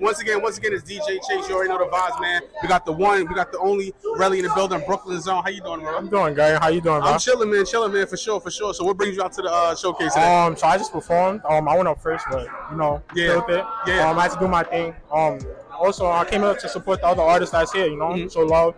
Once again, once again, it's DJ Chase. You already know the vibes, man. We got the one, we got the only rally in the building, Brooklyn Zone. How you doing, bro? I'm doing great. How you doing, bro? I'm chilling, man. Chilling, man, for sure, for sure. So, what brings you out to the uh, showcase today? Um, so I just performed. Um, I went up first, but you know, Yeah. killed it. Yeah. Um, I had to do my thing. Um, also I came here to support the other artists that's here. You know, Mm-hmm. so love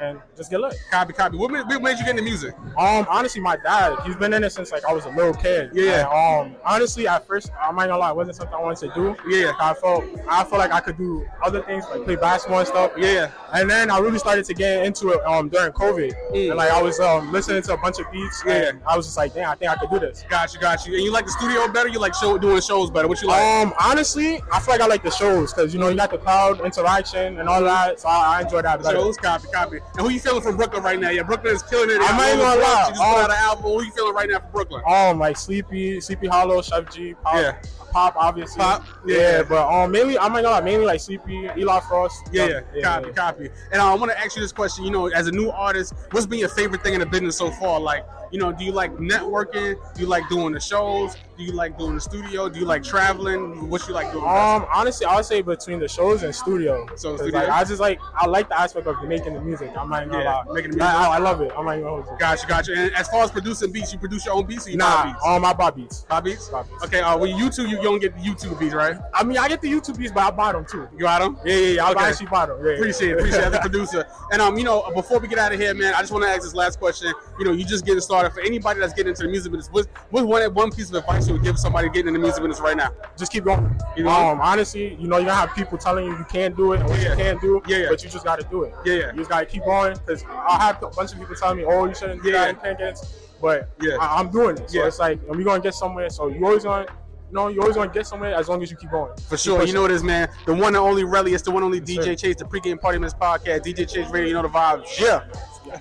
and just get lit. copy, copy. What made, what made you get into music? Um, honestly, my dad, he's been in it since like I was a little kid. Yeah. And, um, honestly, at first, I'm not gonna lie, it wasn't something I wanted to do. Yeah. I felt, I felt like I could do other things, like play basketball and stuff. Yeah. And then I really started to get into it um during COVID, Mm. and like I was um listening to a bunch of beats. Yeah. And I was just like, damn, I think I could do this. Got you, got you. And you like the studio better? You like show doing shows better? What you like? Um, honestly, I feel like I like the shows because you know you got the crowd interaction and all that, so I, I enjoy that. better. Shows, copy, copy. And who you feeling from Brooklyn right now? Yeah, Brooklyn is killing it. I'm not even All gonna the lie. She just put Um, out an album. Who you feeling right now from Brooklyn? Um, like Sleepy, Sleepy Hollow, Chef G, Pop, Yeah. Pop, obviously. Pop, yeah. yeah. but um, mainly I'm not gonna lie, mainly like Sleepy, Eli Frost. Yeah, yeah, Dub- copy, copy. And uh, I want to ask you this question. You know, as a new artist, what's been your favorite thing in the business so far? Like, you know, do you like networking? Do you like doing the shows? Do you like doing the studio? Do you like traveling? What you like doing? Um, honestly, I would say between the shows and studio. So, 'Cause, studio? Like, I just like I like the aspect of making the music. I'm not even gonna Yeah, lie, making the music. Like, I, I love it. I'm not even gonna hold you. gotcha, gotcha. And as far as producing beats, you produce your own beats or you buy Nah, beats? all my Bob beats. buy beats? buy beats. Okay, uh, well, YouTube, you, you don't get the YouTube beats, right? I mean, I get the YouTube beats, but I buy them too. You got them? Yeah, yeah, yeah. I Okay. buy actually buy them. Yeah, yeah. Appreciate it, appreciate it as a producer. And um, you know, before we get out of here, man, I just want to ask this last question. You know, you just getting started. For anybody that's getting into the music business, what's what's one one piece of advice you would give somebody getting in the music business right now? just keep going. You know? Um, honestly, you know, you're gonna have people telling you you can't do it and what Yeah. you can't do, Yeah, yeah. but you just gotta do it. Yeah, yeah. You just gotta keep going because I have a bunch of people telling me, oh, you shouldn't do Yeah. that, you can't get it. But Yeah. I, I'm doing it. So Yeah. it's like, and we're gonna get somewhere. So you always gonna, you know, you always gonna get somewhere as long as you keep going. For sure. You know this, man. The one and only Relly. It's the one and only DJ sir. Chase, the pregame party minutes podcast. DJ Chase Radio. You know the vibes.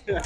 Yeah.